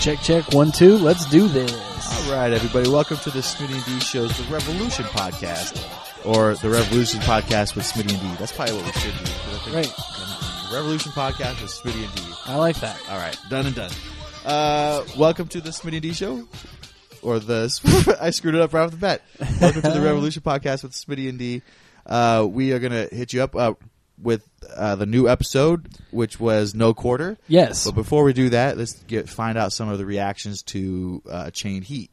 Check, check. One, two. Let's do this. All right, everybody, welcome to the Smitty and D Show's The Revolution Podcast, or The Revolution Podcast with Smitty and D. That's probably what we should do. 'cause I think Right. The Revolution Podcast with Smitty and D. I like that. All right, done and done. Uh, welcome to the Smitty and D Show, or the I screwed it up right off the bat. Welcome to the Revolution Podcast with Smitty and D. Uh, we are gonna hit you up uh, with uh, the new episode, which was No Quarter. Yes. But before we do that, let's get find out some of the reactions to uh, Chain Heat.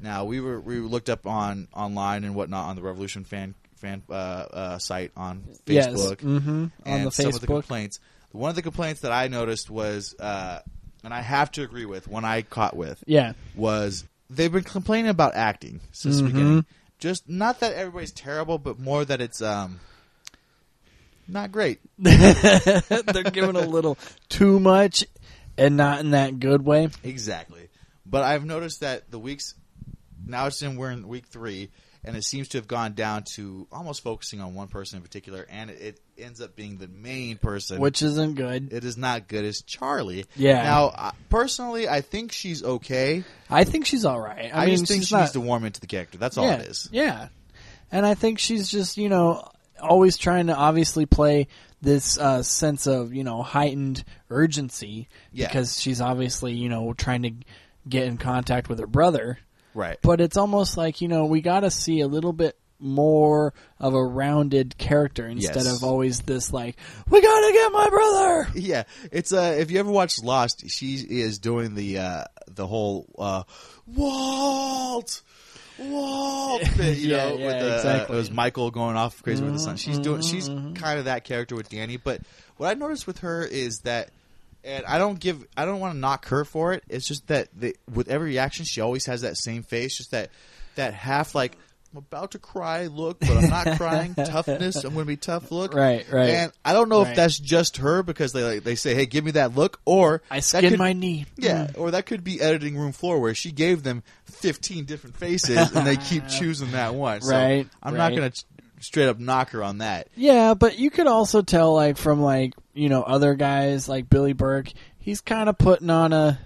Now we were we looked up on online and whatnot on the Revolution fan fan uh, uh, site on Facebook. Yes. Mhm. On and the some of Facebook. the complaints. One of the complaints that I noticed was, uh, and I have to agree with, one I caught with, Yeah. was they've been complaining about acting since Mm-hmm. the beginning. Just not that everybody's terrible, but more that it's um, not great. They're giving a little too much and not in that good way. Exactly. But I've noticed that the weeks now it's in we're in week three, and it seems to have gone down to almost focusing on one person in particular, and it, it ends up being the main person, Which isn't good. it is not good as Charlie. Yeah. Now, I, personally, I think she's okay. I think she's all right. I, I, mean, just think she's she not, needs to warm into the character. That's all yeah, it is. Yeah. And I think she's just, you know, always trying to obviously play this uh, sense of, you know, heightened urgency Yeah. because she's obviously, you know, trying to get in contact with her brother. Right. But it's almost like, you know, we got to see a little bit more of a rounded character instead Yes. of always this like, we got to get my brother. yeah, it's uh if you ever watched Lost, she is doing the uh the whole uh Walt Walt bit, you Yeah, know, yeah, with the, exactly. Mm-hmm, it was Michael going off crazy with the sun. She's doing she's kind of that character with Danny, but what I noticed with her is that and I don't give I don't want to knock her for it. It's just that the, with every reaction she always has that same face, just that that half like I'm about to cry look, but I'm not crying. Toughness, I'm going to be tough look. Right, right. And I don't know if Right. that's just her because they like, they say, "Hey, give me that look," or I that skinned could- my knee. Mm. Yeah, or that could be editing room floor where she gave them fifteen different faces and they keep choosing that one. So Right, I'm not right. gonna s- straight up knock her on that. Yeah, but you could also tell, like, from like you know other guys like Billy Burke, he's kind of putting on a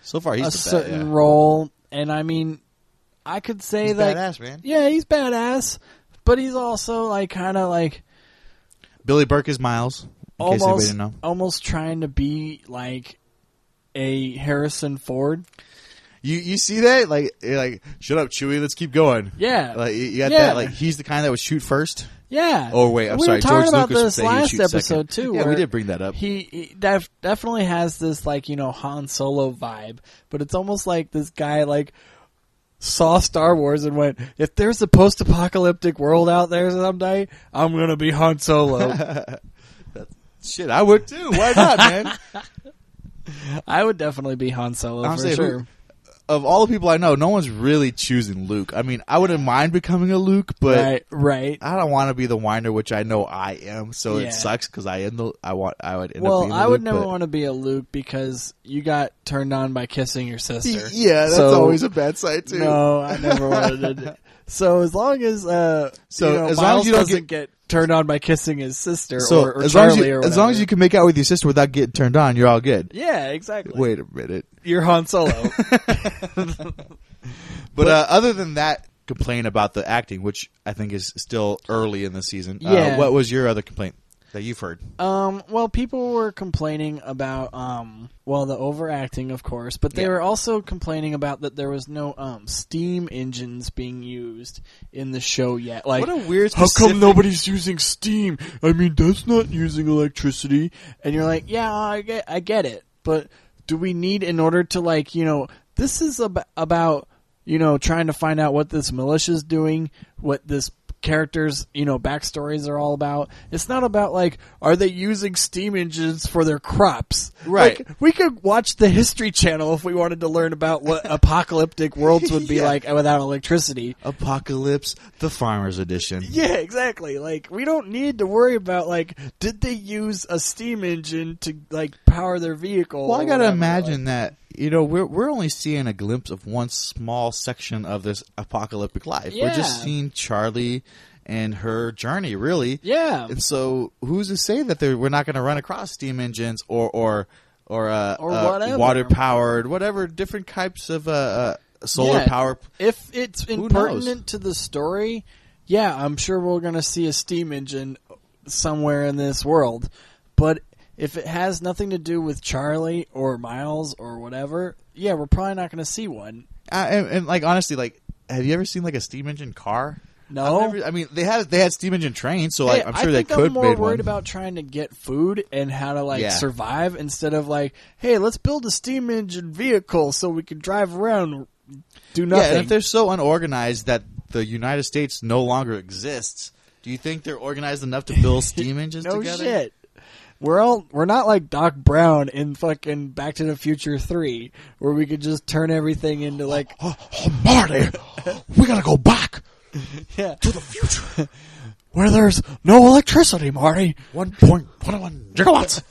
So far, he's a the best, certain yeah. role, and I mean, I could say He's that badass, man. yeah, he's badass, but he's also like kind of like Billy Burke is Miles. In case anybody almost didn't know, almost trying to be like a Harrison Ford. you you see that like you're like shut up, Chewie. Let's keep going. Yeah. like you- you got Yeah. that. Like he's the kind that would shoot first. Yeah. Oh, wait, I'm we sorry, Were talking George about Lucas would this say he'd last shoot episode second. too. Yeah, we where did bring that up. He, he def- definitely has this like you know Han Solo vibe, but it's almost like this guy like saw Star Wars and went, "If there's a post-apocalyptic world out there someday, I'm gonna be Han Solo." Shit, I would too. Why not, man? I would definitely be Han Solo I'm for saying, sure. who- of all the people I know, no one's really choosing Luke. I mean, I wouldn't mind becoming a Luke, but right, right. I don't want to be the whiner, which I know I am. So Yeah. it sucks because I end the I want I would end up Well, being I would the Luke, never but- want to be a Luke because you got turned on by kissing your sister. Yeah, that's So- always a bad side too. No, I never wanted it. So as long as uh, So so you know, as as long as you don't doesn't get, turned on by kissing his sister so or, or as long Charlie or as you whatever. as long as you can make out with your sister without getting turned on, you're all good. yeah, exactly. Wait a minute. You're Han Solo. But, uh, other than that complaint about the acting, which I think is still early in the season. Uh, Yeah. what was your other complaint that you've heard? um, well, people were complaining about um, well, the overacting, of course, but they Yeah. were also complaining about that there was no um steam engines being used in the show yet. Like, What a weird How specific- come nobody's using steam? I mean, that's not using electricity. And you're like, yeah, I get, I get it, but do we need in order to like, you know, this is ab- about you know trying to find out what this militia's doing, what this characters you know backstories are all about it's not about like are they using steam engines for their crops Right. Like, we could watch the history channel if we wanted to learn about what apocalyptic worlds would be Yeah. like without electricity Apocalypse, the Farmers Edition. yeah, exactly. Like we don't need to worry about like did they use a steam engine to like power their vehicle? Well, I or gotta whatever, imagine that you know we're we're only seeing a glimpse of one small section of this apocalyptic life. We're just Yeah. seeing Charlie and her journey, really. Like, yeah. And so, who's to say that there- we're not going to run across steam engines or or or uh, Or whatever. water powered, whatever different types of uh, uh, solar Yeah, power. If it's knows? impertinent to the story, yeah, I'm sure we're going to see a steam engine somewhere in this world. But if it has nothing to do with Charlie or Miles or whatever, yeah, we're probably not going to see one. I, Uh, and, and like honestly, like have you ever seen like a steam engine car? No. I've never- I mean they had they had steam engine trains, so Hey, like I'm sure I they think could I'm more made worried one. about trying to get food and how to like Yeah. survive instead of like, hey, let's build a steam engine vehicle so we can drive around, do yeah, nothing. and if they're so unorganized that the United States no longer exists, do you think they're organized enough to build steam engines no together? shit. We're all we're not like Doc Brown in fucking Back to the Future Three, where we could just turn everything into like Oh, Marty, we gotta go back yeah, the future. where there's no electricity, Marty. One point one oh one gigawatts.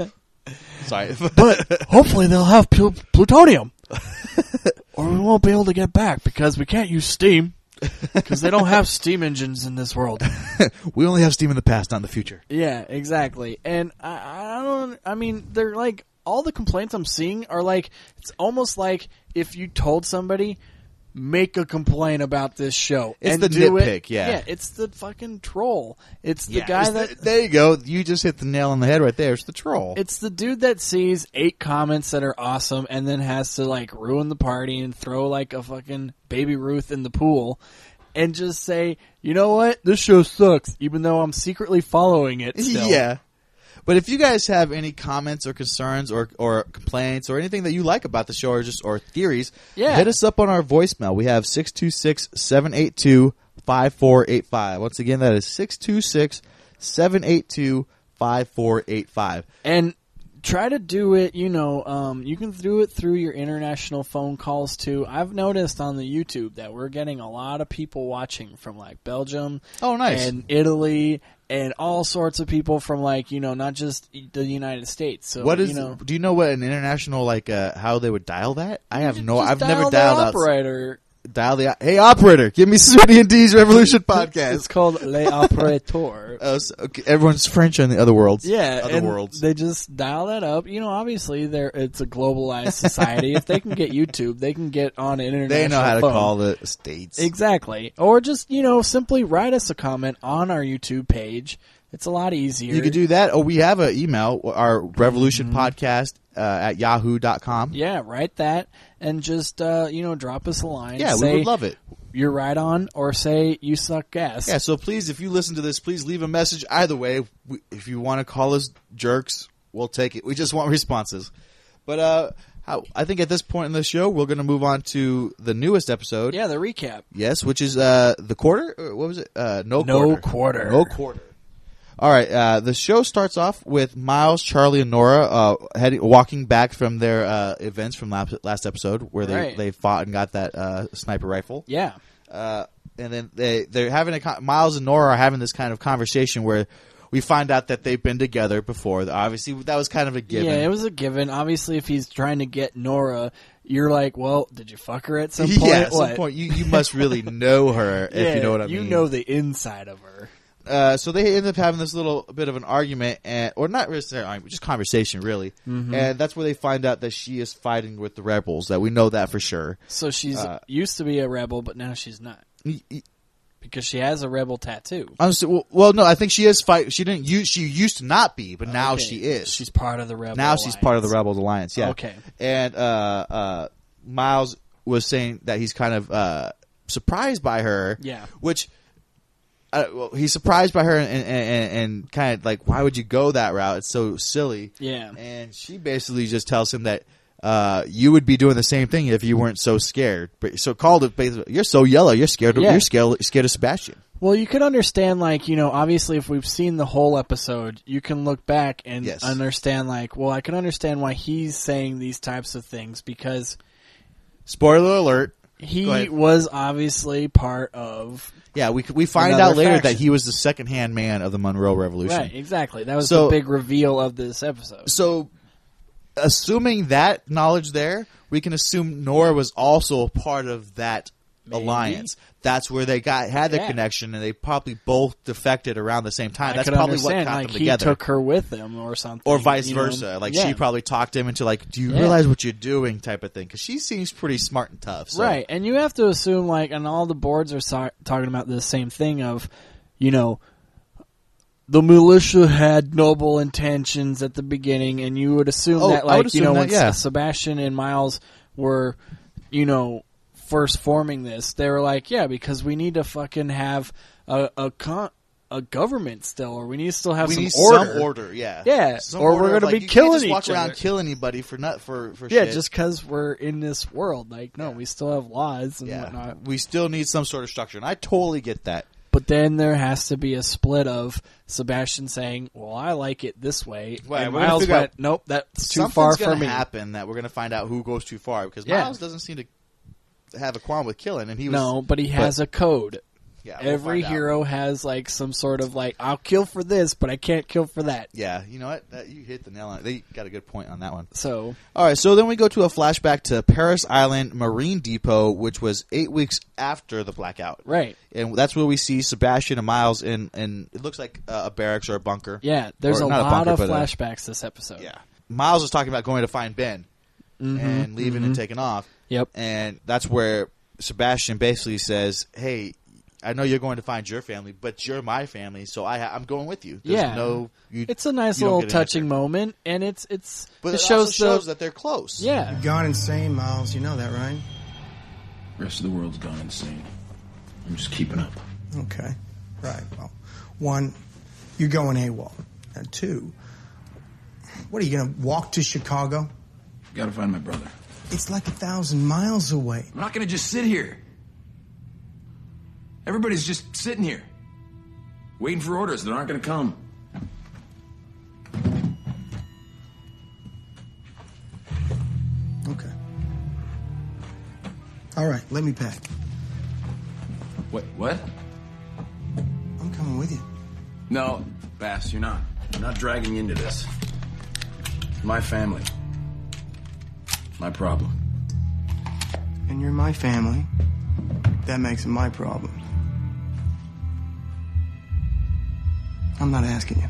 Sorry, But hopefully they'll have pl- plutonium, or we won't be able to get back because we can't use steam because they don't have steam engines in this world. we only have steam in the past, not in the future. Yeah, exactly. And I, I don't. I mean, they're like all the complaints I'm seeing are like it's almost like if you told somebody make a complaint about this show. It's and the do it- nitpick, yeah. yeah. It's the fucking troll. It's the Yeah, guy it's that. the- there you go. You just hit the nail on the head right there. It's the troll. it's the dude that sees eight comments that are awesome and then has to like ruin the party and throw like a fucking baby Ruth in the pool and just say, you know what? This show sucks, even though I'm secretly following it. Still. Yeah. But if you guys have any comments or concerns or, or complaints or anything that you like about the show or just or theories, Yeah. hit us up on our voicemail. We have 626-782-5485. Once again, that is 626-782-5485. and try to do it you know um, you can do it through your international phone calls too i've noticed on the youtube that we're getting a lot of people watching from like belgium Oh, nice. and italy and all sorts of people from like you know not just the united states so What is uh, you know do you know what an international like uh, how they would dial that? I have no just I've never dial the dialed out operator dial the hey operator, give me Sweetie and D's Revolution it's podcast. called le operator Oh, so- okay, everyone's French in the other worlds. Yeah, other and worlds. They just dial that up. You know, obviously, there it's a globalized society. if they can get YouTube, they can get on international. They know how to phone. call the states. Exactly. Or just, you know, simply write us a comment on our YouTube page. It's a lot easier. You could do that. Oh, we have an email, our revolution podcast uh, at yahoo.com. Yeah, write that and just, uh, you know, drop us a line. Yeah, say, we would love it. You're right on, or say you suck ass. Yeah, so please, if you listen to this, please leave a message. Either way, we, if you want to call us jerks, we'll take it. We just want responses. But uh, how, I think at this point in the show, we're going to move on to the newest episode. Yeah, the recap. Yes, which is uh, the quarter. Or what was it? Uh, no, No quarter. quarter. No quarter. All right. Uh, the show starts off with Miles, Charlie, and Nora uh, heading walking back from their uh, events from last, last episode, where they, Right. they fought and got that uh, sniper rifle. Yeah. Uh, and then they they're having a con- Miles and Nora are having this kind of conversation where we find out that they've been together before. Obviously, that was kind of a given. Yeah, it was a given. Obviously, if he's trying to get Nora, you're like, well, did you fuck her at some point? yeah, at some What? point you, you must really know her if Yeah, you know what I mean. You know the inside of her. uh, so they end up having this little bit of an argument, and or not really an argument, just conversation, really. Mm-hmm. And that's where they find out that she is fighting with the rebels. That we know that for sure. So she's Uh, used to be a rebel, but now she's not because she has a rebel tattoo. Honestly, well, well, no, I think she is fight. She didn't use. She used to not be, but now Okay. she is. She's part of the rebel. now she's part of the Alliance. Rebels Alliance. Yeah. Okay. And uh, uh, Miles was saying that he's kind of uh, surprised by her. Yeah. Which. Uh, well, he's surprised by her and, and, and, and kind of like, why would you go that route? It's so silly. Yeah. And she basically just tells him that uh, you would be doing the same thing if you weren't so scared. But so called it basically, you're so yellow, you're scared. Of, Yeah. You're scared, scared of Sebastian. Well, you could understand, like, you know, obviously, if we've seen the whole episode, you can look back and Yes. understand, like, well, I can understand why he's saying these types of things because Spoiler alert. Go he ahead. was obviously part of. Yeah, we we find Another out later faction. that he was the second hand man of the Monroe Revolution. Right, exactly. That was So- the big reveal of this episode. so assuming that knowledge there, we can assume Nora was also a part of that Maybe. alliance. That's where they got had their Yeah. connection, and they probably both defected around the same time. I That's could probably what understand. got like them he together, took her with him or something, or vice you know? versa. Like Yeah. she probably talked him into like, "Do you Yeah. realize what you're doing?" type of thing. Because she seems pretty smart and tough. So. Right, and you have to assume like, and all the boards are so- talking about the same thing of, you know, the militia had noble intentions at the beginning, and you would assume Oh, that I would like you assume know that, when yeah. Sebastian and Miles were, you know, first forming this, they were like, yeah, because we need to fucking have a a con- a government still, or we need to still have We some need order. some order, yeah, Yeah, Some or we're order of, gonna like, be you killing can't just walk each around, other. kill anybody for nut for for Yeah, shit. just because we're in this world, like no, Yeah. we still have laws and yeah. whatnot. We still need some sort of structure, and I totally get that. But then there has to be a split of Sebastian saying, "Well, I like it this way," Right, and we're gonna Miles figure went, out- "Nope, that's too Something's far gonna for me." Happen that we're gonna find out who goes too far because Yeah. Miles doesn't seem to have a qualm with killing, and he was no, but he has a code. yeah, we'll Every find out. hero has like some sort of like, "I'll kill for this, but I can't kill for that." Yeah, you know what? That, you hit the nail on. They got a good point on that one. So All right, so then we go to a flashback to Paris Island Marine Depot, which was eight weeks after the blackout, right, and that's where we see Sebastian and Miles in, and it looks like uh, a barracks or a bunker. yeah, there's Or a not a lot bunker, of but a- flashbacks this episode. yeah. Miles is talking about going to find Ben and leaving and taking off. Mm-hmm. Yep. And that's where Sebastian basically says, "Hey, I know you're going to find your family, but you're my family, so I ha- I'm going with you. There's Yeah. no you, It's a nice you don't little get an touching answer. moment, and it's it's But it, it, shows, also shows the that they're close. yeah Gone insane, Miles. You know that, right? Rest of the world's gone insane. I'm just keeping up. Okay. Right. Well, one, you're going AWOL. And two, what are you going to walk to Chicago? Gotta find my brother. It's like a thousand miles away. I'm not gonna just sit here. Everybody's just sitting here, waiting for orders that aren't gonna come. Okay. All right, let me pack. What? What? I'm coming with you. No, Bass, you're not. I'm not dragging you into this. It's my family. My problem. And you're my family. That makes it my problem. I'm not asking you.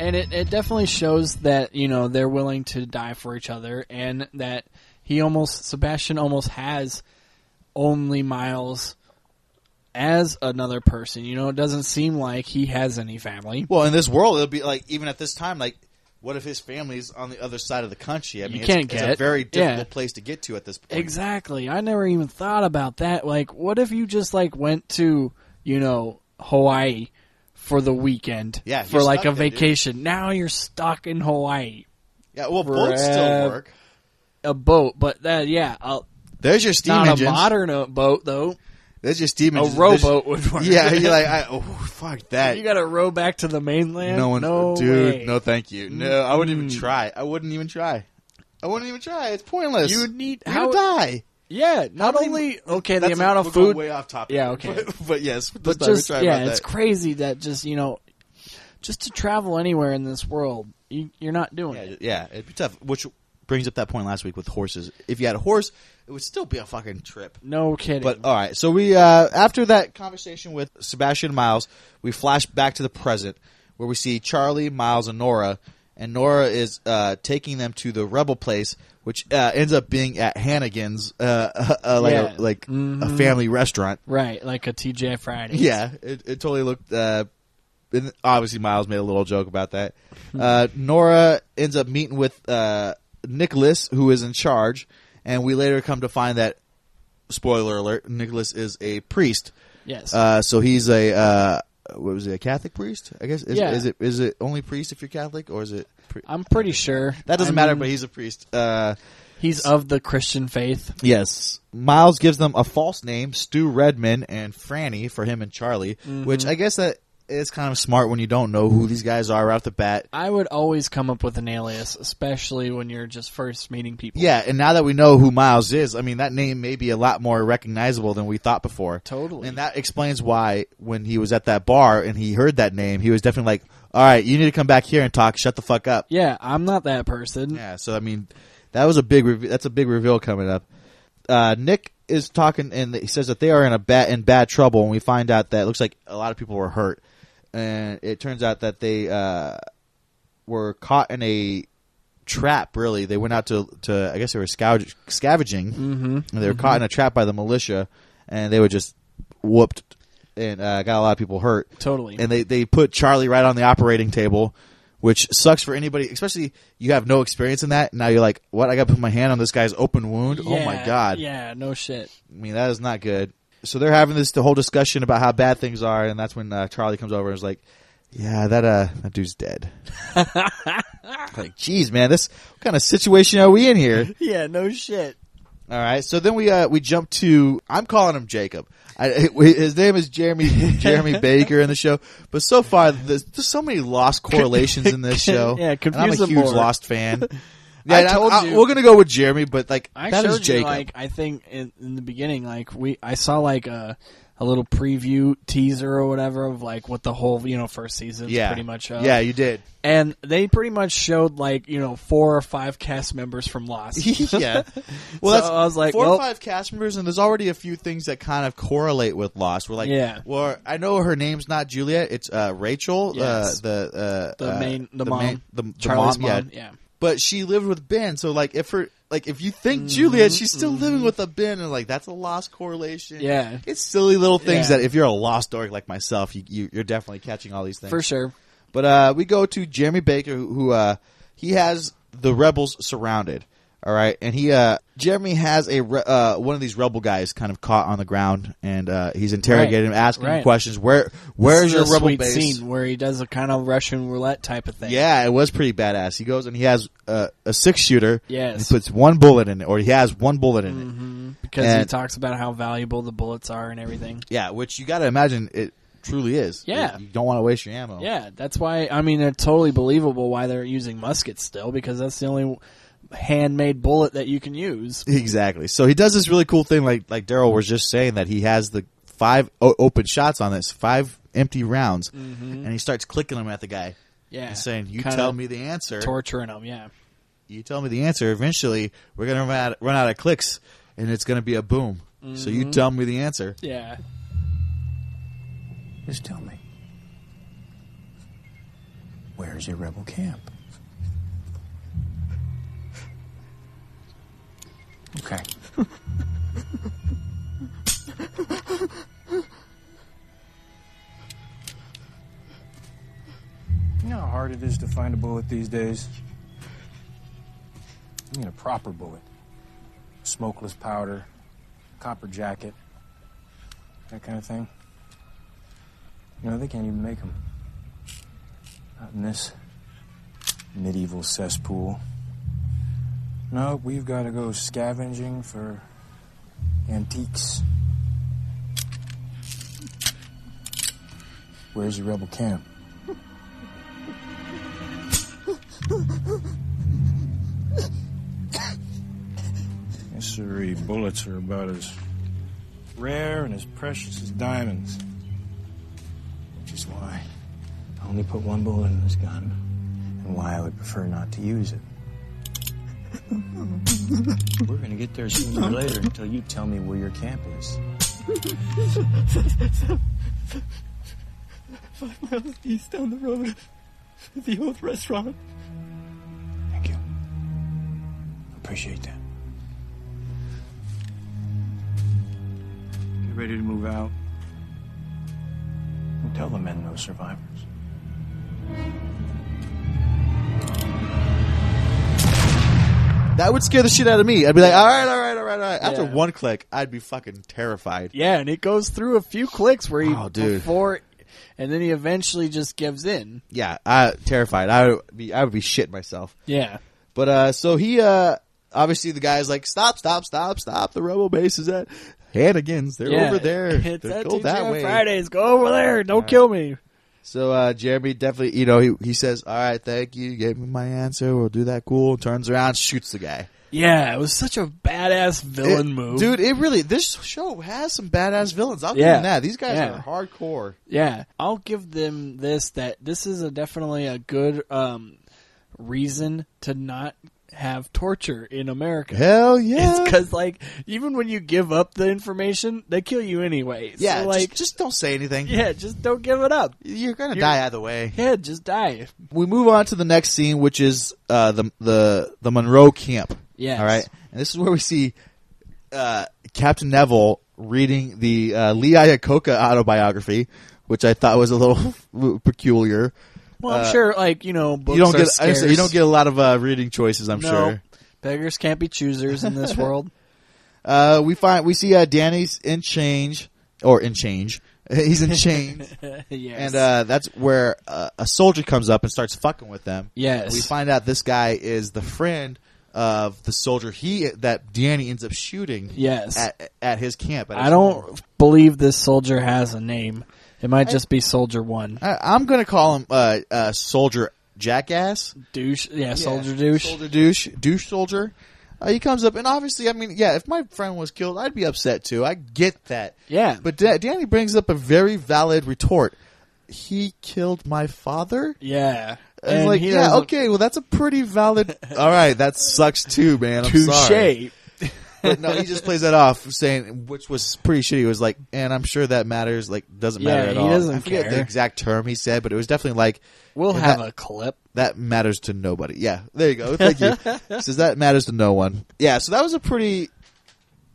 and it, it definitely shows that you know they're willing to die for each other and that he almost sebastian almost has only miles as another person you know it doesn't seem like he has any family Well, in this world, it'll be like even at this time, like what if his family's on the other side of the country? I mean, it's- can't it's, a get- very difficult yeah. place to get to at this point. exactly i never even thought about that like what if you just like went to you know hawaii for the weekend Yeah, for you're like a stuck there, dude. vacation now you're stuck in hawaii Yeah, well, boats still Brad. work. a boat but that yeah i There's your steam not engines. a modern uh, boat though There's your steam a engines. There's- rowboat would work Yeah, you're like, I, oh fuck that. You got to row back to the mainland. no one, no dude. way. Mm. No, thank you. No, I wouldn't even try. I wouldn't even try. I wouldn't even try. It's pointless. You would need- You're how- gonna die. Yeah, not many- only okay the That's- amount we're of going food, Way off topic. Yeah, okay. But, but yes, but just yeah, it's crazy that just you know, just to travel anywhere in this world, you, you're not doing Yeah, it. yeah, it'd be tough. Which brings up that point last week with horses. If you had a horse, it would still be a fucking trip. No kidding. But all right, so we uh, after that conversation with Sebastian and Miles, we flash back to the present where we see Charlie, Miles, and Nora, and Nora is uh, taking them to the rebel place, which uh, ends up being at Hannigan's, uh, uh, uh, like Yeah. a, like a family restaurant. right, like a TJ Friday. Yeah, it, it totally looked. Uh, and obviously, Miles made a little joke about that. Uh, Nora ends up meeting with uh, Nicholas, who is in charge, and we later come to find that. Spoiler alert: Nicholas is a priest. Yes. Uh, so he's a uh, what was he? A Catholic priest? I guess. Is, Yeah. is it is it only priest if you're Catholic, or is it? Pri- I'm pretty sure that doesn't I matter. mean, But he's a priest. Uh, he's of the Christian faith. Yes. Miles gives them a false name, Stu Redman and Franny for him and Charlie, which I guess that is kind of smart when you don't know who these guys are right off the bat. I would always come up with an alias, especially when you're just first meeting people. Yeah, and now that we know who Miles is, I mean that name may be a lot more recognizable than we thought before. Totally. And that explains why when he was at that bar and he heard that name, he was definitely like, "All right, you need to come back here and talk. Shut the fuck up." yeah. I'm not that person. Yeah, so I mean, that was a big. Re- that's a big reveal coming up. Uh, Nick is talking and he says that they are in a bad in bad trouble, and we find out that it looks like a lot of people were hurt, and it turns out that they uh, were caught in a trap. Really, they went out to to I guess they were scourge, scavenging, mm-hmm. and they were caught in a trap by the militia, and they were just whooped and uh, got a lot of people hurt. Totally. and they they put Charlie right on the operating table. Which sucks for anybody, especially you have no experience in that. Now you're like, "What? I got to put my hand on this guy's open wound? oh my Yeah, god!" Yeah, no shit. I mean, that is not good. So they're having this the whole discussion about how bad things are, and that's when uh, Charlie comes over and is like, "Yeah, that uh, that dude's dead." like, geez, man, this what kind of situation are we in here? Yeah, no shit. All right, so then we uh, we jump to I'm calling him Jacob. I, his name is Jeremy Jeremy Baker in the show, but so far there's, there's so many lost correlations in this show. Yeah, and I'm confuse a them huge more. Lost fan. I and told you. we're gonna go with Jeremy, but like I that showed is Jacob. you, like, I think in, in the beginning, like, we, I saw, like, a, a little preview teaser or whatever of, like, what the whole, you know, first season's yeah, pretty much uh, of. yeah, you did. And they pretty much showed, like, you know, four or five cast members from Lost. yeah. So I was like, four well- or five cast members, and there's already a few things that kind of correlate with Lost. We're like, Yeah. Well, I know her name's not Juliet; it's uh, Rachel, Yes. uh, the uh, The uh, main- the main- mom. the, the Charlie's mom, mom, yeah. But she lived with Ben, so like, if her like, if you think Juliet, she's still living with a Ben, and like, that's a lost correlation. Mm-hmm. Yeah. it's silly little things Yeah. that if you're a lost dork like myself, you, you you're definitely catching all these things For sure. but uh, we go to Jeremy Baker, who, who uh, he has the rebels surrounded. All right, and he uh, Jeremy has a re- uh, one of these rebel guys kind of caught on the ground, and uh, he's interrogating him, asking him Right. questions. Where where's This your is a rebel sweet base? scene where he does a kind of Russian roulette type of thing. Yeah, it was pretty badass. He goes and he has uh, a six shooter. Yes. Mm-hmm. he puts one bullet in it, or he has one bullet in it. Because he And- talks about how valuable the bullets are and everything. Yeah, which you got to imagine it truly is. Yeah. you don't want to waste your ammo. Yeah, that's why. I mean, they're totally believable why they're using muskets still because that's the only handmade bullet that you can use. Exactly. So he does this really cool thing, like like Daryl was just saying that he has the five o- open shots on this, five empty rounds, and he starts clicking them at the guy Mm-hmm. Yeah, and saying, "You Kinda tell me the answer. torturing them. Yeah, you tell me the answer. Eventually, we're gonna run out, run out of clicks, and it's gonna be a boom. So Mm-hmm. you tell me the answer." yeah, Just tell me. Where's your rebel camp? Okay. You know how hard it is to find a bullet these days? I mean, a proper bullet. Smokeless powder, copper jacket, that kind of thing. No, they can't even make them. Not in this medieval cesspool. No, we've got to go scavenging for antiques. Where's your rebel camp? yes, sirree, bullets are about as rare and as precious as diamonds. Which is why I only put one bullet in this gun, and why I would prefer not to use it. We're gonna get there sooner or later until you tell me where your camp is. He's down the road. The old restaurant. Thank you. Appreciate that. Get ready to move out. And tell the men those survivors. That would scare the shit out of me. I'd be like, "All right, all right, all right, all right." After Yeah. one click, I'd be fucking terrified. yeah. And it goes through a few clicks where he Oh, dude. before, and then he eventually just gives in. Yeah, I terrified. I would be I would be shit myself. Yeah, But uh, so he uh, obviously the guy's like, stop, stop, stop, stop. The rebel base is at Hannigan's. They're yeah. over there. It's They're- at go that TGI way. Fridays. Go over there. Don't kill me. So uh, Jeremy definitely, you know, he he says, all right, thank you. You gave me my answer. We'll do that. Cool. Turns around, shoots the guy. Yeah, it was such a badass villain It- move, dude. It really this show has some badass villains. I'll give Yeah. them that. These guys Yeah. are hardcore. Yeah, I'll give them this that this is a definitely a good um reason to not have torture in America. Hell yeah. It's because like even when you give up the information, they kill you anyway. yeah, so, just- like just, don't say anything. yeah, just don't give it up. You're gonna You're- die either way. Yeah, just die. we move on to the next scene, which is uh, the the the Monroe camp. Yes. All right, and this is where we see uh, Captain Neville reading the uh, Lee Iacocca autobiography, which I thought was a little peculiar. Well, I'm Uh, sure like you know books you don't are get I scarce. understand, you don't get a lot of uh, reading choices. I'm no sure. beggars can't be choosers in this world. Uh, we find we see uh, Danny's in change or in change. He's in chains, yes. and uh, that's where uh, a soldier comes up and starts fucking with them. Yes. we find out this guy is the friend of the soldier he that Danny ends up shooting. Yes. at, at his camp. at I his don't home. believe this soldier has a name. It might just be Soldier One. I, I'm gonna call him uh, uh, soldier jackass, douche. Yeah, Soldier Yeah. Douche. soldier douche, douche soldier. Uh, he comes up and obviously, I mean, yeah, if my friend was killed, I'd be upset too. I get that. Yeah. but da- Danny brings up a very valid retort. He killed my father. yeah. And, like, he yeah, doesn't- okay, well, that's a pretty valid. All right, that sucks too, man. I'm sorry. Touche. But no, he just plays that off, saying which was pretty shitty. It was like, and I'm sure that matters. Like, doesn't Yeah, matter at he all. doesn't I forget the care. exact term he said, but it was definitely like We'll Yeah, have that- a clip. that matters to nobody. Yeah, there you go. Thank you. He says that matters to no one. Yeah, so that was a pretty.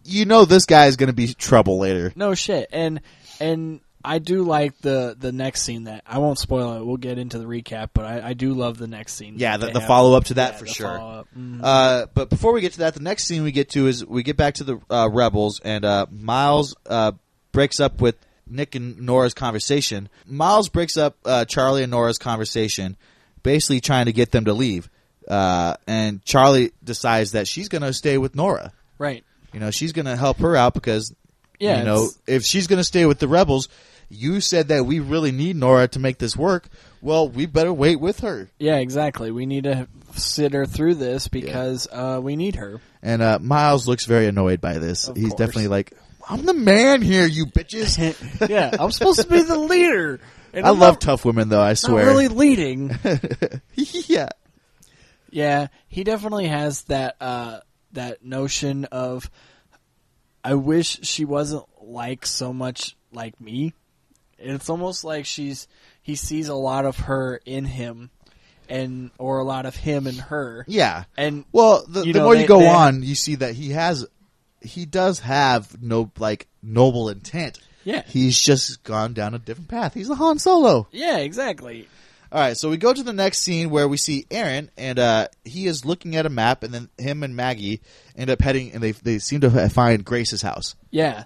You know, this guy is going to be trouble later. No shit. And and I do like the the next scene that I won't spoil it. We'll get into the recap, but I, I do love the next scene. Yeah, that the, they the have. follow up to that Yeah, for the sure. follow-up. Mhm. Uh, but before we get to that, the next scene we get to is we get back to the uh, rebels, and uh, Miles uh, breaks up with Nick and Nora's conversation. Miles breaks up uh, Charlie and Nora's conversation, basically trying to get them to leave. Uh, and Charlie decides that she's going to stay with Nora. Right. You know, she's going to help her out because, Yeah, you know, it's- if she's going to stay with the rebels, you said that we really need Nora to make this work. Well, we better wait with her. Yeah, exactly. We need to sit her through this because uh, we need her. And uh, Miles looks very annoyed by this. Of He's course. definitely like, "I'm the man here, you bitches." yeah, I'm supposed to be the leader. And I I'm love not, tough women, though. I not swear. really leading. yeah. Yeah, he definitely has that uh, that notion of I wish she wasn't like so much like me. It's almost like she's he sees a lot of her in him, and or a lot of him in her. Yeah. and Well, the, you the know, more they- you go they- on, you see that he has, he does have no like noble intent. Yeah. He's just gone down a different path. He's a Han Solo. yeah, exactly. All right, so we go to the next scene where we see Aaron, and uh, he is looking at a map, and then him and Maggie end up heading, and they they seem to find Grace's house. Yeah,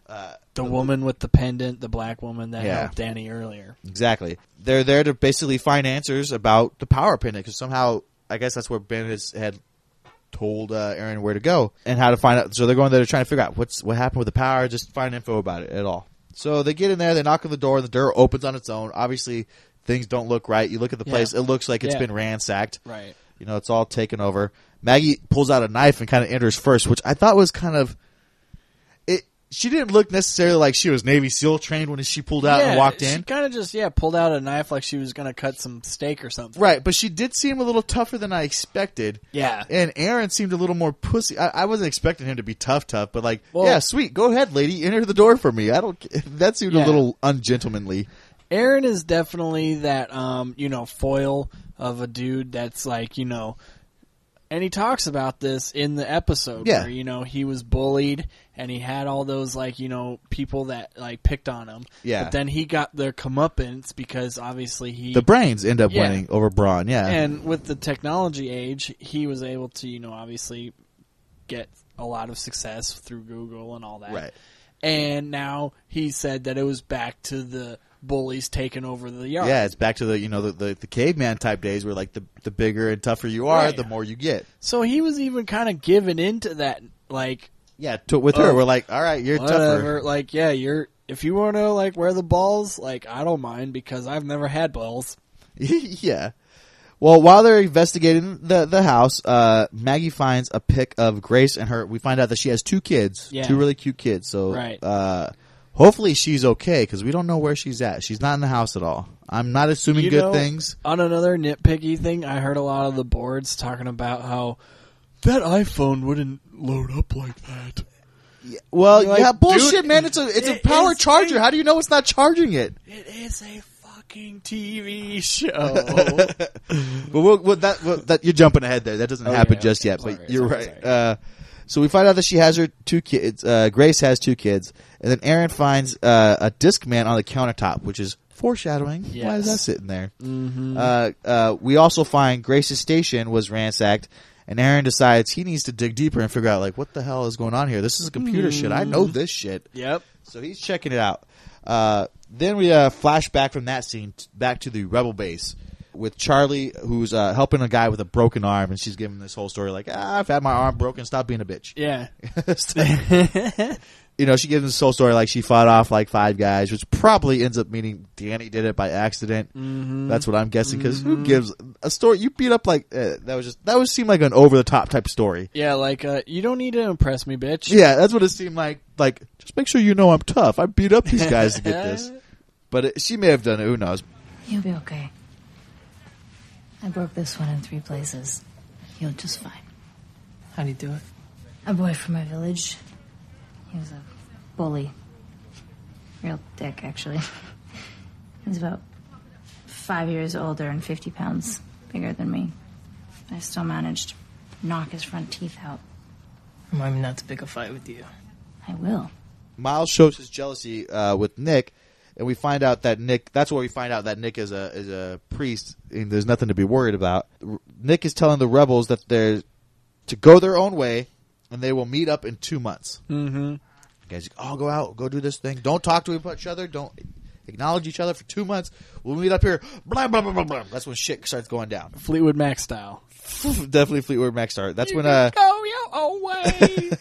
the woman with the pendant, the black woman that Uh, Yeah. helped Danny earlier. Exactly. They're there to basically find answers about the power pendant because somehow I guess that's where Ben has, had told uh, Aaron where to go and how to find out. So they're going there to try and figure out what's what happened with the power, just find info about it at all. So they get in there, they knock on the door, the door opens on its own. Obviously, things don't look right. You look at the Yeah. place; it looks like it's Yeah. been ransacked. Right. You know, it's all taken over. Maggie pulls out a knife and kind of enters first, which I thought was kind of it. She didn't look necessarily like she was Navy SEAL trained when she pulled out and walked in. She kind of just yeah pulled out a knife like she was gonna cut some steak or something. Right, but she did seem a little tougher than I expected. Yeah. And Aaron seemed a little more pussy. I, I wasn't expecting him to be tough, tough, but like, Well- yeah, sweet, go ahead, lady, enter the door for me. I don't. ca- That seemed Yeah. a little ungentlemanly. Aaron is definitely that um, you know, foil of a dude that's like, you know, and he talks about this in the episode Yeah. where, you know, he was bullied and he had all those like, you know, people that like picked on him. Yeah. But then he got their comeuppance because obviously he The brains end up Yeah. winning over brawn. Yeah. and with the technology age, he was able to, you know, obviously get a lot of success through Google and all that. Right. And now he said that it was back to the bullies taking over the yard. yeah, it's back to the you know the, the, the caveman type days where like the, the bigger and tougher you are, Right. the more you get. So he was even kind of giving into that, like Yeah, to, with her Oh. we're like, all right, you're whatever, tougher. like yeah, you're if you want to like wear the balls, like I don't mind because I've never had balls. yeah. Well, while they're investigating the the house, uh, Maggie finds a pic of Grace and her. We find out that she has two kids, Yeah. two really cute kids. So, Right. uh, hopefully, she's okay because we don't know where she's at. She's not in the house at all. I'm not assuming You good know, things. On another nitpicky thing, I heard a lot of the boards talking about how that iPhone wouldn't load up like that. Well, You're like, yeah, bullshit, dude, man. It's a it's a it power is- charger. How do you know it's not charging it? It is a fucking TV Oh. show. But we'll, well, that, well, that you're jumping ahead there. That doesn't happen just yet. But you're right. Uh, so we find out that she has her two kids. Uh, Grace has two kids, and then Aaron finds uh, a disc man on the countertop, which is foreshadowing. Why is Yes. that sitting there? Uh, uh, we also find Grace's station was ransacked, and Aaron decides he needs to dig deeper and figure out like what the hell is going on here. This is computer shit. I know this shit. yep. So he's checking it out. Uh, then we uh, flash back from that scene t- back to the rebel base with Charlie, who's uh, helping a guy with a broken arm, and she's giving this whole story like, ah, "I've had my arm broken. Stop being a bitch." Yeah. you know, she gives this whole story like she fought off like five guys, which probably ends up meaning Danny did it by accident. That's what I'm guessing because who gives a story? You beat up like uh, that was just that would seem like an over the top type story. Yeah, like uh, you don't need to impress me, bitch. Yeah, that's what it seemed like. Like, just make sure you know I'm tough. I beat up these guys to get this. But it, she may have done it. Who knows? You'll be okay. I broke this one in three places. You'll just fine. How'd he do it? A boy from my village. He was a bully. Real dick, actually. He's about five years older and 50 pounds bigger than me. I still managed to knock his front teeth out. Remind me not to pick a fight with you. I will. Miles shows his jealousy uh, with Nick, and we find out that Nick. That's where we find out that Nick is a is a priest, and there's nothing to be worried about. R- Nick is telling the rebels that they're to go their own way, and they will meet up in two months. Mm-hmm. Guys, all go out, go do this thing. Don't talk to each other. Don't acknowledge each other for two months. We'll meet up here. Blah blah blah blah blah. That's when shit starts going down. Fleetwood Mac style. Definitely Fleetwood Mac start. That's when uh, Go your own way.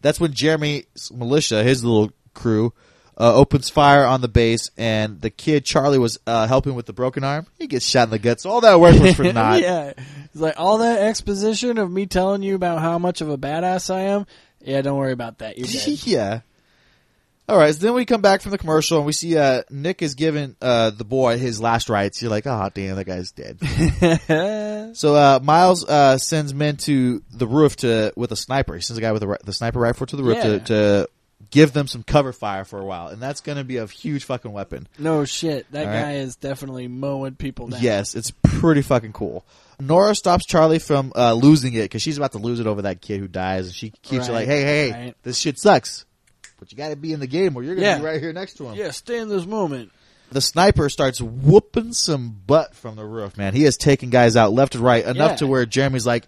that's when Jeremy's militia, his little crew, uh, opens fire on the base, and the kid Charlie was uh, helping with the broken arm. He gets shot in the guts. All that work was for naught. yeah. It's like all that exposition of me telling you about how much of a badass I am. Yeah, don't worry about that. You're dead. yeah. All right. So then we come back from the commercial, and we see uh, Nick is giving uh, the boy his last rites. You're like, oh damn, that guy's dead. so uh, Miles uh, sends men to the roof to with a sniper. He sends a guy with a, ri- the sniper rifle to the roof Yeah. to, to give them some cover fire for a while, and that's going to be a huge fucking weapon. no shit. That All right. guy is definitely mowing people down. Yes, it's pretty fucking cool. Nora stops Charlie from uh, losing it because she's about to lose it over that kid who dies, and she keeps it Right, like, "Hey, hey, hey, right. this shit sucks, but you got to be in the game, or you're gonna Yeah. be right here next to him." Yeah, stay in this moment. The sniper starts whooping some butt from the roof, man. He is taking guys out left and right enough Yeah. to where Jeremy's like,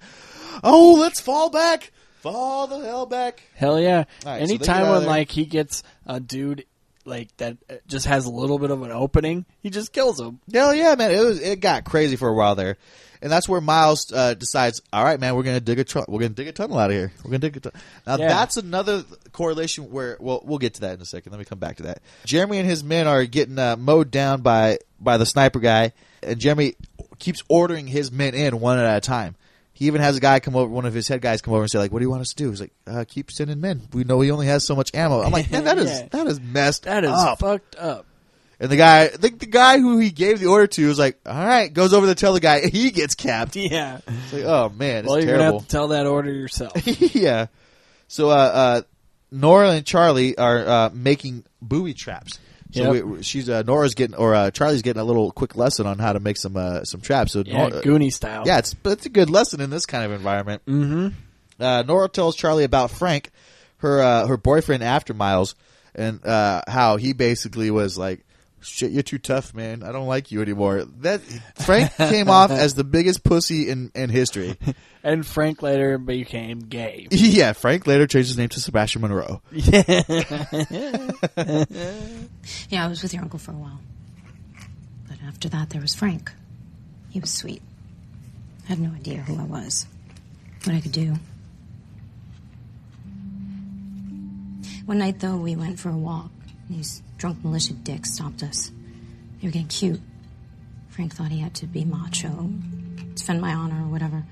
"Oh, let's fall back, fall the hell back." Hell yeah. All right, so they get out Anytime of when there. like he gets a dude like that uh, just has a little bit of an opening, he just kills him. Hell yeah, man! It was it got crazy for a while there, and that's where Miles uh, decides. All right, man, we're gonna dig a tr- we're gonna dig a tunnel out of here. We're gonna dig a tunnel. Now Yeah. that's another correlation where well we'll get to that in a second. Let me come back to that. Jeremy and his men are getting uh, mowed down by by the sniper guy, and Jeremy keeps ordering his men in one at a time. He even has a guy come over, one of his head guys come over and say like, "What do you want us to do?" He's like, uh, "Keep sending men. We know he only has so much ammo." I'm like, "Man, that is Yeah. that is messed That is up. fucked up. And the guy, I think the guy who he gave the order to was like, all right, goes over to tell the guy, he gets capped. Yeah. It's like, oh man, it's well, you're gonna have terrible. to tell that order yourself. yeah. So, uh, uh, Nora and Charlie are, uh, making buoy traps. So Yep. we, she's, uh, Nora's getting, or, uh, Charlie's getting a little quick lesson on how to make some, uh, some traps. So, yeah, Nora, Goonie style. yeah, it's but it's a good lesson in this kind of environment. Mm-hmm. Uh, Nora tells Charlie about Frank, her uh, her boyfriend after Miles, and uh, how he basically was like, "Shit, you're too tough, man. I don't like you anymore." That Frank came off as the biggest pussy in in history. And Frank later became gay. yeah, Frank later changed his name to Sebastian Monroe. Yeah, I was with your uncle for a while. But after that, there was Frank. He was sweet. I had no idea who I was, what I could do. One night, though, we went for a walk. and These drunk militia dicks stopped us. They were getting cute. Frank thought he had to be macho, defend my honor, or whatever.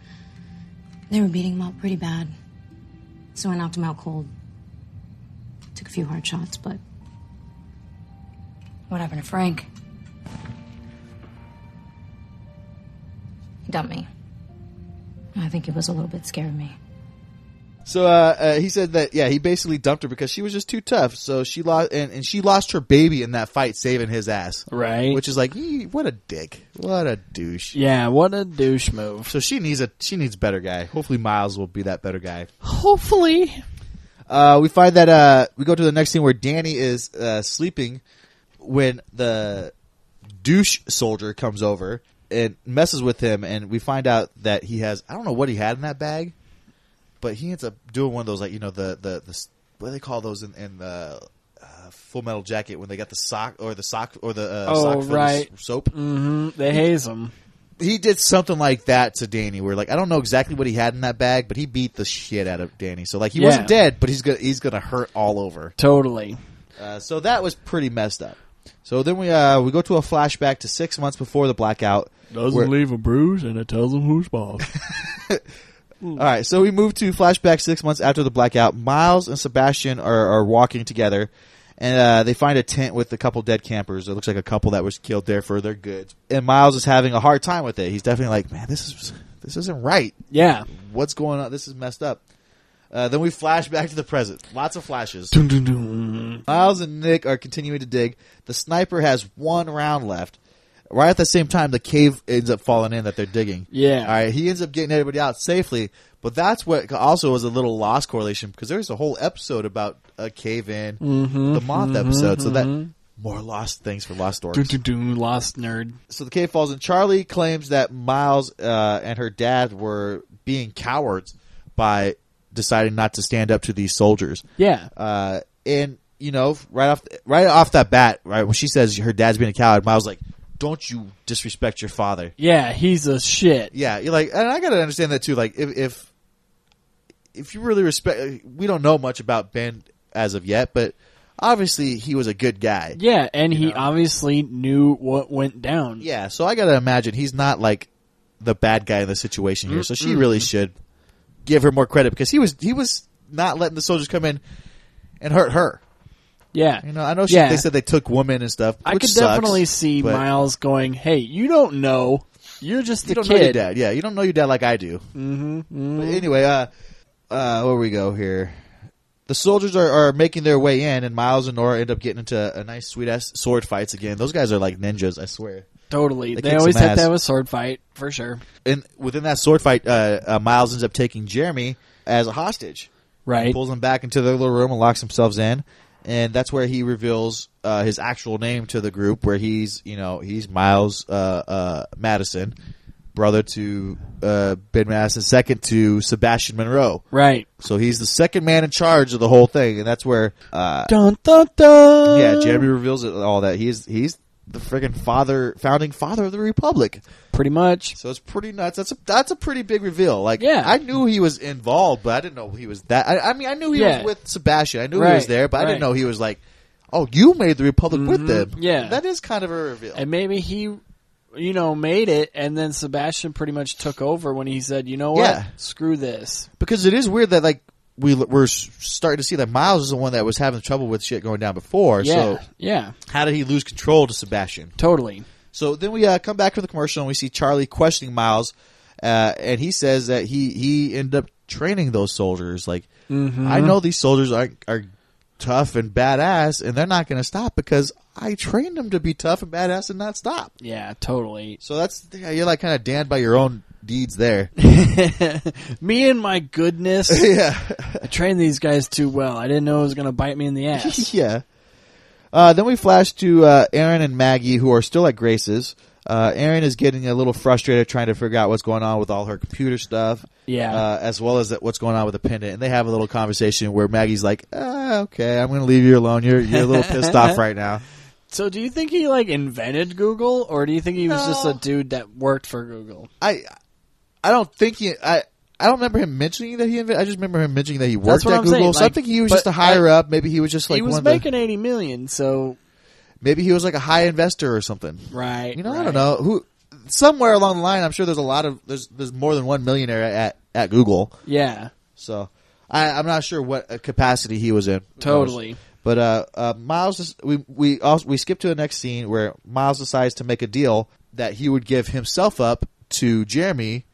They were beating him up pretty bad. So I knocked him out cold. Took a few hard shots, but what happened to Frank? He dumped me. I think it was a little bit scared of me. So uh, uh, he said that yeah, he basically dumped her because she was just too tough. So she lost, and, and she lost her baby in that fight, saving his ass. Right. Which is like, "Ee, what a dick, what a douche. Yeah, what a douche move. So she needs a she needs a better guy. Hopefully, Miles will be that better guy. Hopefully. Uh, we find that uh, we go to the next scene where Danny is uh, sleeping when the douche soldier comes over and messes with him, and we find out that he has I don't know what he had in that bag, but he ends up doing one of those like you know the the, the s- what do they call those in, in the uh, Full Metal Jacket when they got the sock or the sock or the uh, Oh, sock filled with right. soap hmm They haze him. he did something like that to Danny, where like I don't know exactly what he had in that bag, but he beat the shit out of Danny. So like he Yeah. wasn't dead, but he's gonna he's gonna hurt all over. Totally. Uh, so that was pretty messed up. So then we uh, we go to a flashback to six months before the blackout. where- leave a bruise, and it tells him who's boss. All right, so we move to flashback six months after the blackout. Miles and Sebastian are, are walking together, and uh, they find a tent with a couple dead campers. It looks like a couple that was killed there for their goods. And Miles is having a hard time with it. He's definitely like, "Man, this is this isn't right. yeah. What's going on? This is messed up." Uh, then we flash back to the present. Lots of flashes. Dun, dun, dun. Miles and Nick are continuing to dig. The sniper has one round left. Right at the same time, the cave ends up falling in that they're digging. Yeah. All right. He ends up getting everybody out safely, but that's what also was a little lost correlation because there's a whole episode about a cave in the moth episode. So that more lost things for lost stories. Dun, dun, dun. Lost nerd. So the cave falls in. Charlie claims that Miles uh, and her dad were being cowards by deciding not to stand up to these soldiers Yeah. uh, and you know, right off right off that bat, right when she says her dad's being a coward, Miles is like, "Don't you disrespect your father?" yeah, he's a shit. Yeah, you're like, and I gotta understand that too. Like, if if if you really respect, we don't know much about Ben as of yet, but obviously he was a good guy. Yeah, and he obviously knew what went down. Yeah, so I gotta imagine he's not like the bad guy in the situation here. So she really should give her more credit because he was he was not letting the soldiers come in and hurt her. Yeah. You know, I know she, Yeah. they said they took women and stuff. I which could sucks, definitely see but Miles going, "Hey, you don't know. You're just You a don't know your kid." dad, yeah. You don't know your dad like I do. Mm-hmm. But anyway, uh, uh, where we go here? The soldiers are, are making their way in, and Miles and Nora end up getting into a nice, sweet ass sword fights again. Those guys are like ninjas, I swear. Totally. They They kick always some hit ass. that with sword fight for sure. And within that sword fight, uh, uh, Miles ends up taking Jeremy as a hostage. Right. pulls them back into their little room and locks themselves in. And that's where he reveals uh, his actual name to the group, where he's, you know, he's Miles uh, uh, Madison, brother to uh, Ben Madison, second to Sebastian Monroe. Right. So he's the second man in charge of the whole thing. And that's where, uh, Dun dun dun. yeah, Jeremy reveals it, all that. He's, he's the friggin' father, founding father of the Republic. Pretty much. So it's pretty nuts. That's a that's a pretty big reveal. Like, Yeah. I knew he was involved, but I didn't know he was that. I, I mean, I knew he Yeah. was with Sebastian. I knew he Right, was there, but I right. Mm-hmm. didn't know he was like, oh, you made the Republic with them. yeah. that is kind of a reveal. And maybe he, you know, made it, and then Sebastian pretty much took over when he said, "You know what? Yeah. Screw this." because it is weird that like we we're s- starting to see that Miles is the one that was having trouble with shit going down before. Yeah. So yeah. how did he lose control to Sebastian? Totally. So then we uh, come back from the commercial and we see Charlie questioning Miles, uh, and he says that he he ended up training those soldiers. Like I know these soldiers are are tough and badass, and they're not going to stop because I trained them to be tough and badass and not stop. Yeah. Totally. So that's the thing, you're like kind of damned by your own deeds there. Me and my goodness. yeah, I trained these guys too well. I didn't know it was going to bite me in the ass. yeah. Uh, then we flash to uh, Aaron and Maggie, who are still at Grace's. Uh, Aaron is getting a little frustrated trying to figure out what's going on with all her computer stuff. Yeah. Uh, as well as that what's going on with the pendant. And they have a little conversation where Maggie's like, ah, okay, I'm going to leave you alone. You're, you're a little pissed off right now. So, do you think he like invented Google, or do you think he was just No. a dude that worked for Google? I I don't think he. I, I don't remember him mentioning that he. Inv- I just remember him mentioning that he worked what at I'm Google. saying, so I like, think he was but, just a higher like, up. Maybe he was just like he was one making eighty million, so Of the, maybe he was like a high investor or something. right. You know, I right. don't know who. Somewhere along the line, I'm sure there's a lot of there's there's more than one millionaire at at Google. Yeah, So I, I'm not sure what uh, capacity he was in. Totally. But uh, uh, Miles, is, we we also, we skip to the next scene where Miles decides to make a deal that he would give himself up to Jeremy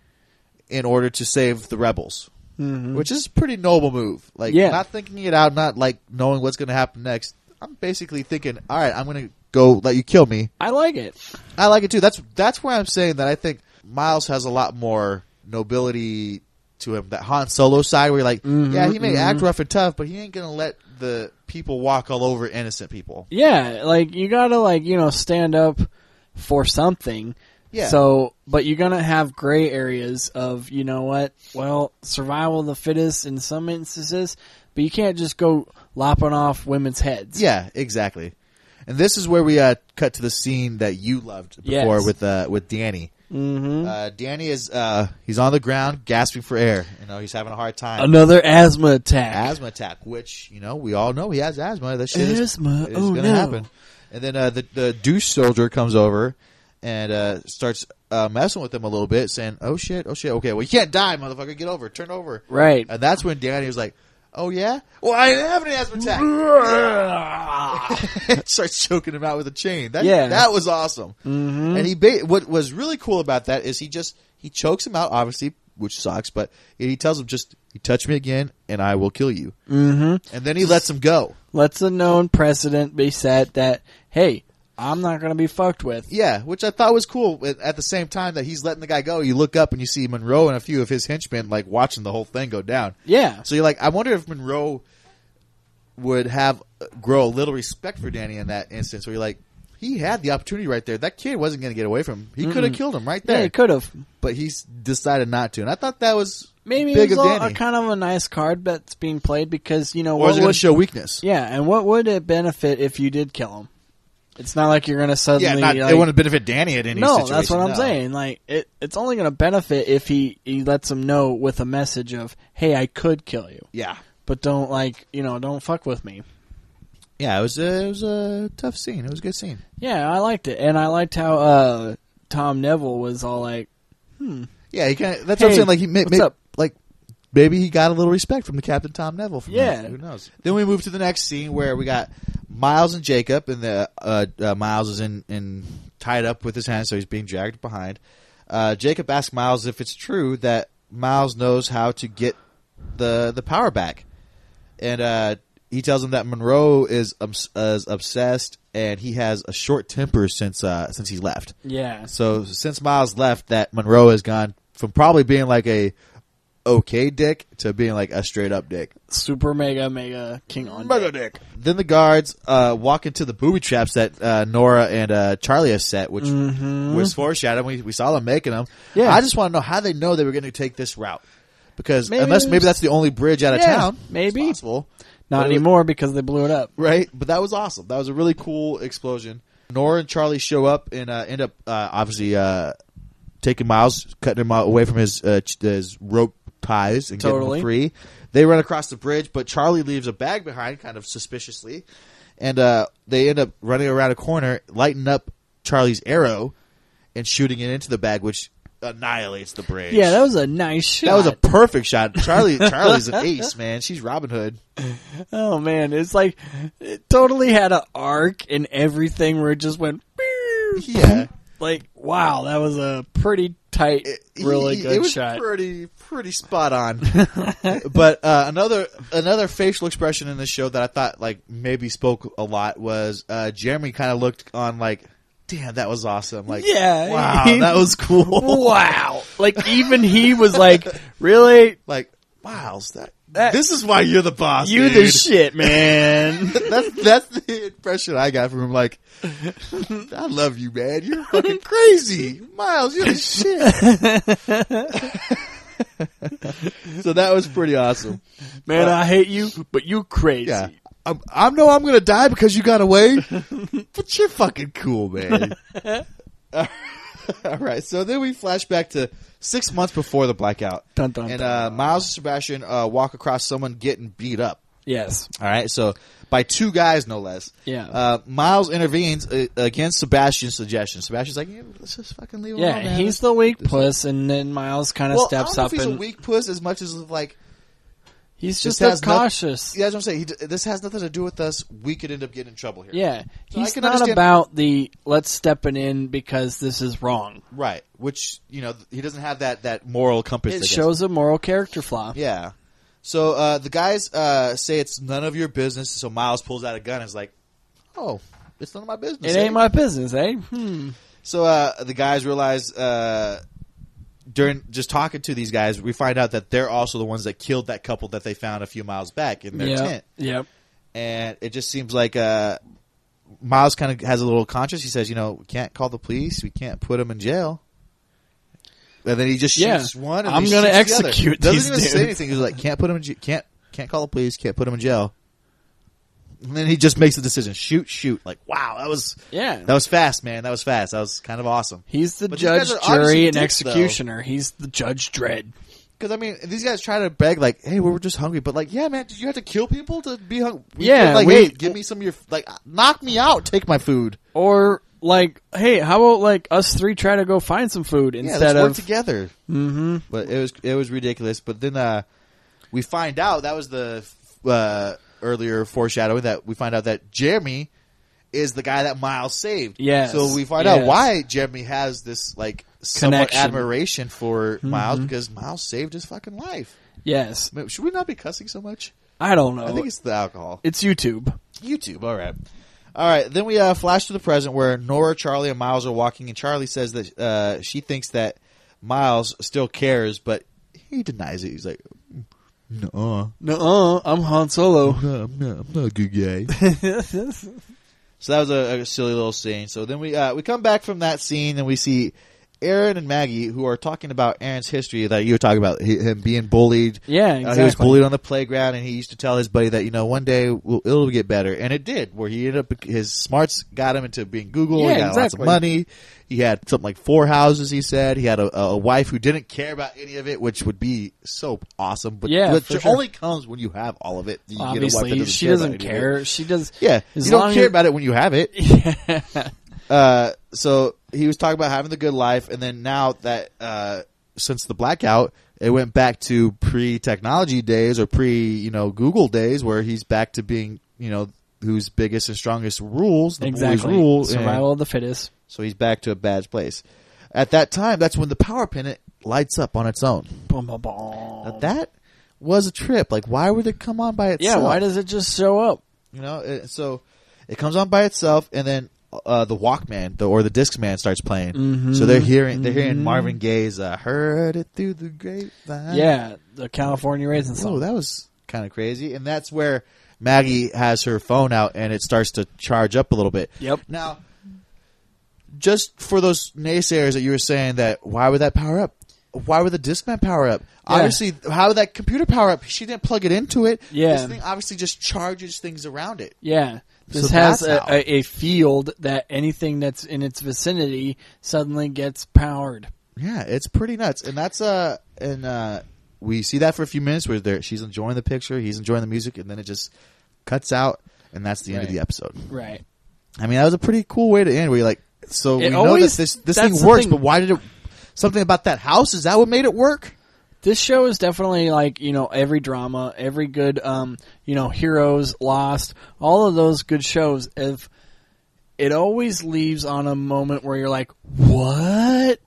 in order to save the rebels, which is a pretty noble move. Like, Yeah. not thinking it out, not like knowing what's going to happen next. I'm basically thinking, all right, I'm going to go let you kill me. I like it. I like it too. That's that's where I'm saying that I think Miles has a lot more nobility to him. That Han Solo side, where you're like, Mm-hmm, yeah, he may act rough and tough, but he ain't gonna let the people walk all over innocent people. Yeah, like you gotta like you know stand up for something. Yeah. So, but you're gonna have gray areas of you know what? Well, survival of the fittest in some instances, but you can't just go lopping off women's heads. Yeah, exactly. And this is where we uh, cut to the scene that you loved before Yes. with uh, with Danny. Mm-hmm. Uh, Danny is uh, he's on the ground gasping for air. You know, he's having a hard time. Another asthma attack. asthma attack, which you know we all know he has asthma. That shit is- Asthma? is, Oh, gonna no. happen. And then uh, the the douche soldier comes over and uh, starts uh, messing with him a little bit, saying, "Oh shit, oh shit, okay, well you can't die, motherfucker. Get over, turn over." Right. And that's when Danny was like, "Oh yeah, well I didn't have an asthma attack." starts choking him out with a chain. That, Yeah. that was awesome. Mm-hmm. And he ba- what was really cool about that is he just he chokes him out, obviously, which sucks, but he tells him just you touch me again and I will kill you. Mm-hmm. And then he lets him go. Let's a known precedent be set that hey, I'm not gonna be fucked with. Yeah, which I thought was cool. At at the same time that he's letting the guy go, you look up and you see Monroe and a few of his henchmen like watching the whole thing go down. Yeah. So you're like, I wonder if Monroe would have grow a little respect for Danny in that instance, where you're like, he had the opportunity right there. That kid wasn't going to get away from him. He could have killed him right Yeah, there, it could have. but he's decided not to. And I thought that was Maybe big it's of all- Danny. a kind of a nice card that's being played because you know or what is it going would- to show weakness? Yeah, and what would it benefit if you did kill him? It's not like you're going to suddenly. Yeah, not, like- it wouldn't benefit Danny at any. no, situation, that's what I'm no. saying. Like it, it's only going to benefit if he he lets him know with a message of, "Hey, I could kill you, Yeah, but don't like you know don't fuck with me." yeah. It was a, it was a tough scene. It was a good scene. Yeah, I liked it, and I liked how uh, Tom Neville was all like, Yeah, he kind of. That's what Hey, I'm saying. Like he may, what's may- up? like maybe he got a little respect from the Captain Tom Neville. From Yeah. that. who knows? Then we move to the next scene where we got Miles and Jacob, and the uh, uh, Miles is in, in tied up with his hands, so he's being dragged behind. Uh, Jacob asks Miles if it's true that Miles knows how to get the the power back, and uh, he tells him that Monroe is obs- is obsessed and he has a short temper since uh, since he left. "Yeah, So since Miles left, that Monroe has gone from probably being like a okay dick to being like a straight up dick. super mega mega king on deck. Then the guards uh, walk into the booby traps that uh, Nora and uh, Charlie have set, which was foreshadowed. We, we saw them making them. Mm-hmm. Yeah. I just want to know how they know they were going to take this route because Maybe unless it maybe was- that's the only bridge out of Yeah, town, maybe. It's possible. Not But it was- anymore because they blew it up. right? But that was awesome. That was a really cool explosion. Nora and Charlie show up and uh, end up uh, obviously uh, taking Miles, cutting him out away from his uh, ch- his rope ties and getting Totally. him free. They run across the bridge, but Charlie leaves a bag behind, kind of suspiciously, and uh, they end up running around a corner, lighting up Charlie's arrow and shooting it into the bag, which annihilates the bridge. Yeah, that was a nice shot. That was a perfect shot. Charlie, Charlie's an ace, man. She's Robin Hood. Oh man, it's like it totally had an arc and everything where it just went. "Beep." Yeah. Like wow, that was a pretty tight, really He- good it was shot. Pretty, pretty spot on. but uh, another another facial expression in this show that I thought like maybe spoke a lot was uh, Jeremy kind of looked on like, damn, that was awesome. Like, Yeah. wow, that was cool. wow, like even he was like, really, like, Miles, that, That- this is why you're the boss. you dude. the shit, man. that's that's the impression I got from him. Like, I love you, man. You're fucking crazy, Miles. You're the shit. so that was pretty awesome. man, I hate you, but you crazy. Yeah, I'm, I know I'm gonna die because you got away, but you're fucking cool, man. All right. So then we flash back to six months before the blackout, Dun, dun, and dun. uh, Miles and Sebastian uh, walk across someone getting beat up. Yes. All right, so by two guys, no less. Yeah. Uh, Miles intervenes uh, against Sebastian's suggestion. Sebastian's like, yeah, let's just fucking leave him Yeah, alone, Oh, man. he's the weak puss, and then Miles kind of well, steps I don't know up if he's and a weak puss as much as like He's just This has noth- cautious. yeah, that's what I'm saying. He, d- this has nothing to do with us. We could end up getting in trouble here. yeah, So I he's can not understand- about the let's step it in because this is wrong. Right. Which you know th- he doesn't have that that moral compass. I It guess. shows a moral character flaw. Yeah. So uh, the guys uh, say it's none of your business. So Miles pulls out a gun and is like, "Oh, it's none of my business. It eh?" ain't my business, eh? Hmm. So uh, the guys realize uh, during just talking to these guys, we find out that they're also the ones that killed that couple that they found a few miles back in their tent. Yep. Yep. and it just seems like uh, Miles kind of has a little conscience. He says, you know, we can't call the police, we can't put him in jail. And then he just Yeah. shoots one. And I'm going gonna to execute Doesn't these even dudes. say anything. He's like, can't put him in jail. Can't can't call the police. Can't put him in jail. And then he just makes the decision: shoot, shoot. Like, wow, that was Yeah. that was fast, man. That was fast. That was kind of awesome. He's the But these judge, guys are obviously jury, and dicks, though. executioner. He's the judge dread. Because I mean, these guys try to beg like, "Hey, we were just hungry," but like, yeah, man, did you have to kill people to be hungry? Yeah, like, we- hey, give me some of your like, knock me out, take my food. Or like, hey, how about like us three try to go find some food Yeah, instead let's work of together. Mm-hmm. But it was it was ridiculous. But then uh, we find out that was the uh, earlier foreshadowing that we find out that Jeremy is the guy that Miles saved. Yes, So we find out yes. why Jeremy has this like somewhat Connection. Mm-hmm. admiration for Miles because Miles saved his fucking life. yes. I mean, should we not be cussing so much? I don't know. I think it's the alcohol. it's YouTube. YouTube. All right. All right. Then we uh, flash to the present where Nora, Charlie, and Miles are walking, and Charlie says that uh, she thinks that Miles still cares, but he denies it. He's like, uh." no, No, I'm Han Solo. I'm not, I'm not a good guy. so that was a, a silly little scene. So then we uh, we come back from that scene and we see Aaron and Maggie who are talking about Aaron's history that you were talking about hi- him being bullied. Yeah, Uh, he was exactly. bullied on the playground, and he used to tell his buddy that you know one day we'll, it'll get better, and it did. Where he ended up, his smarts got him into being Google. Yeah, he got lots of exactly. money. He had something like four houses. He said he had a, a wife who didn't care about any of it, which would be so awesome. But Yeah, which for sure. only comes when you have all of it. You get a wife that Obviously, she about doesn't any of it. care. She does. Yeah, as you don't long care as- about it when you have it. Uh, so he was talking about having the good life, and then now that uh, since the blackout, it went back to pre-technology days or pre, you know, Google days, where he's back to being, you know, whose biggest and strongest rules the boys exactly rule, and- survival of the fittest. so he's back to a bad place. At that time, that's when the power pennant lights up on its own. Bum, bum, bum. Now that was a trip. Like, why would it come on by Yeah, itself? why does it just show up? You know, it, so it comes on by itself, and then uh, the Walkman the, or the Discman starts playing. Mm-hmm. So they're hearing they're hearing Marvin Gaye's uh, "Heard It Through the Grapevine." Yeah, the California raisin oh, song. that was kind of crazy, and that's where Maggie has her phone out, and it starts to charge up a little bit. Yep. Now, just for those naysayers that you were saying that why would that power up? Why would the Discman power up? Obviously, how would that computer power up? She didn't plug it into it. Yeah. This thing obviously just charges things around it. Yeah, this So has that's a, how. a, a field that anything that's in its vicinity suddenly gets powered. Yeah, it's pretty nuts, and that's uh, and uh, we see that for a few minutes where there she's enjoying the picture, he's enjoying the music, and then it just cuts out, and that's the end of Right. the episode. Right. I mean, that was a pretty cool way to end. Where you're like, so It we know that always- this this that's thing the works, thing. but why did it? Something about that house is that what made it work? this show is definitely like you know every drama, every good um, you know heroes lost, all of those good shows. If it always leaves on a moment where you're like, what,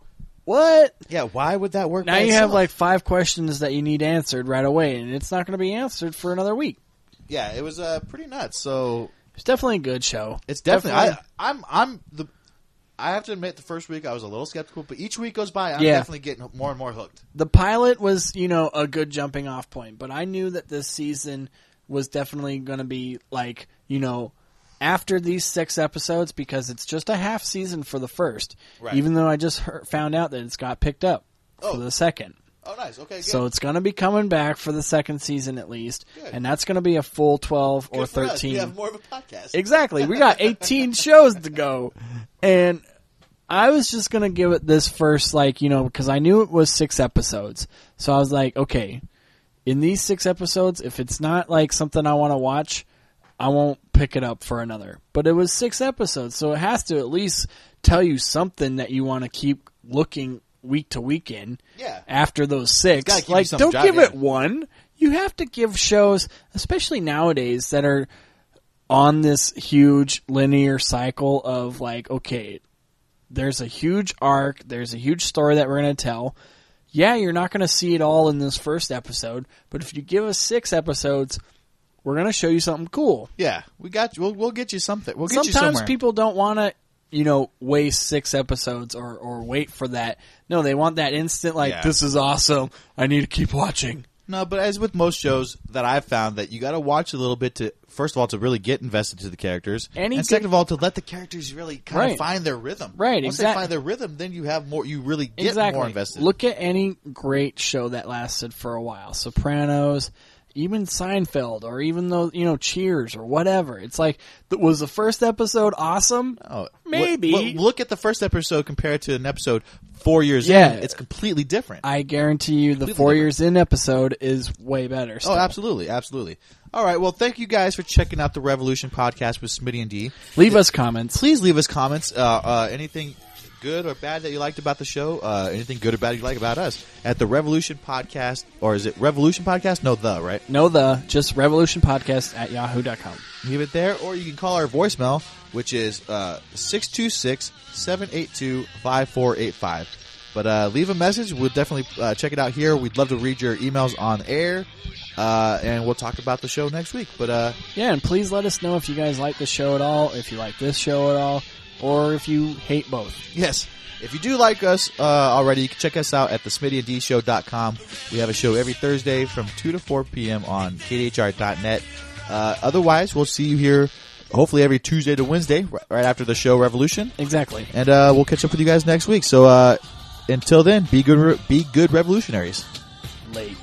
what? Yeah, why would that work? Now by you have itself? like five questions that you need answered right away, and it's not going to be answered for another week. yeah, it was uh, pretty nuts. So It's definitely a good show. It's definitely. I, I'm. I'm the. I have to admit, the first week I was a little skeptical, but each week goes by, I'm Yeah. definitely getting more and more hooked. the pilot was you know a good jumping off point but i knew that this season was definitely going to be like you know after these six episodes because it's just a half season for the first Right. even though i just heard, found out that it's got picked up Oh. for the second Oh, nice. Okay, good. so it's going to be coming back for the second season at least Good. and that's going to be a full 12 Good or for us. We 13 have more of a podcast. Exactly. We got 18 shows to go. And I was just going to give it this first, like, you know, because I knew it was six episodes. So I was like, okay, in these six episodes, if it's not like something I want to watch, I won't pick it up for another. But it was six episodes. So it has to at least tell you something that you want to keep looking week to week in Yeah. after those gotta six. keep you Like, something don't to give drive it in. one. you have to give shows, especially nowadays, that are on this huge linear cycle of like, okay, there's a huge arc, there's a huge story that we're going to tell. Yeah, you're not going to see it all in this first episode, but if you give us six episodes, we're going to show you something cool. Yeah, we got you. We'll, we'll get you something. We'll get you Sometimes somewhere. people don't want to, you know, waste six episodes or, or wait for that. No, they want that instant, like, Yeah. this is awesome. I need to keep watching. No, but as with most shows that I've found, that you got to watch a little bit to first of all to really get invested to the characters, Any and good- second of all to let the characters really kind Right. of find their rhythm. Right, Once exact- they find their rhythm, then you have more. You really get exactly. more invested. Look at any great show that lasted for a while. Sopranos, even Seinfeld, or even though you know Cheers or whatever. It's like th- was the first episode awesome? Oh, maybe. look- look- look at the first episode compared to an episode four years. Yeah. in. it's completely different. I guarantee you, the Completely four different. years in episode is way better. Oh, still. absolutely, absolutely. All right, well, thank you guys for checking out the Revolution podcast with Smitty and D. Leave us comments. please leave us comments. Uh, uh, anything good or bad that you liked about the show? Uh, anything good or bad you like about us at the Revolution Podcast, or is it Revolution Podcast? No, the right. No, the just revolution podcast at yahoo.com. Leave it there, or you can call our voicemail, which is uh, 626 782 5485. But uh, leave a message. We'll definitely uh, check it out here. We'd love to read your emails on air, uh, and we'll talk about the show next week. But uh, Yeah, and please let us know if you guys like the show at all, if you like this show at all, or if you hate both. Yes. If you do like us uh, already, you can check us out at thesmittyanddshow.com. We have a show every Thursday from 2 to 4 p.m. on kdhr.net. Uh, otherwise, we'll see you here hopefully every Tuesday to Wednesday, ri- right after the show Revolution. Exactly. And uh, we'll catch up with you guys next week. So uh, until then, be good, re- be good revolutionaries. Late.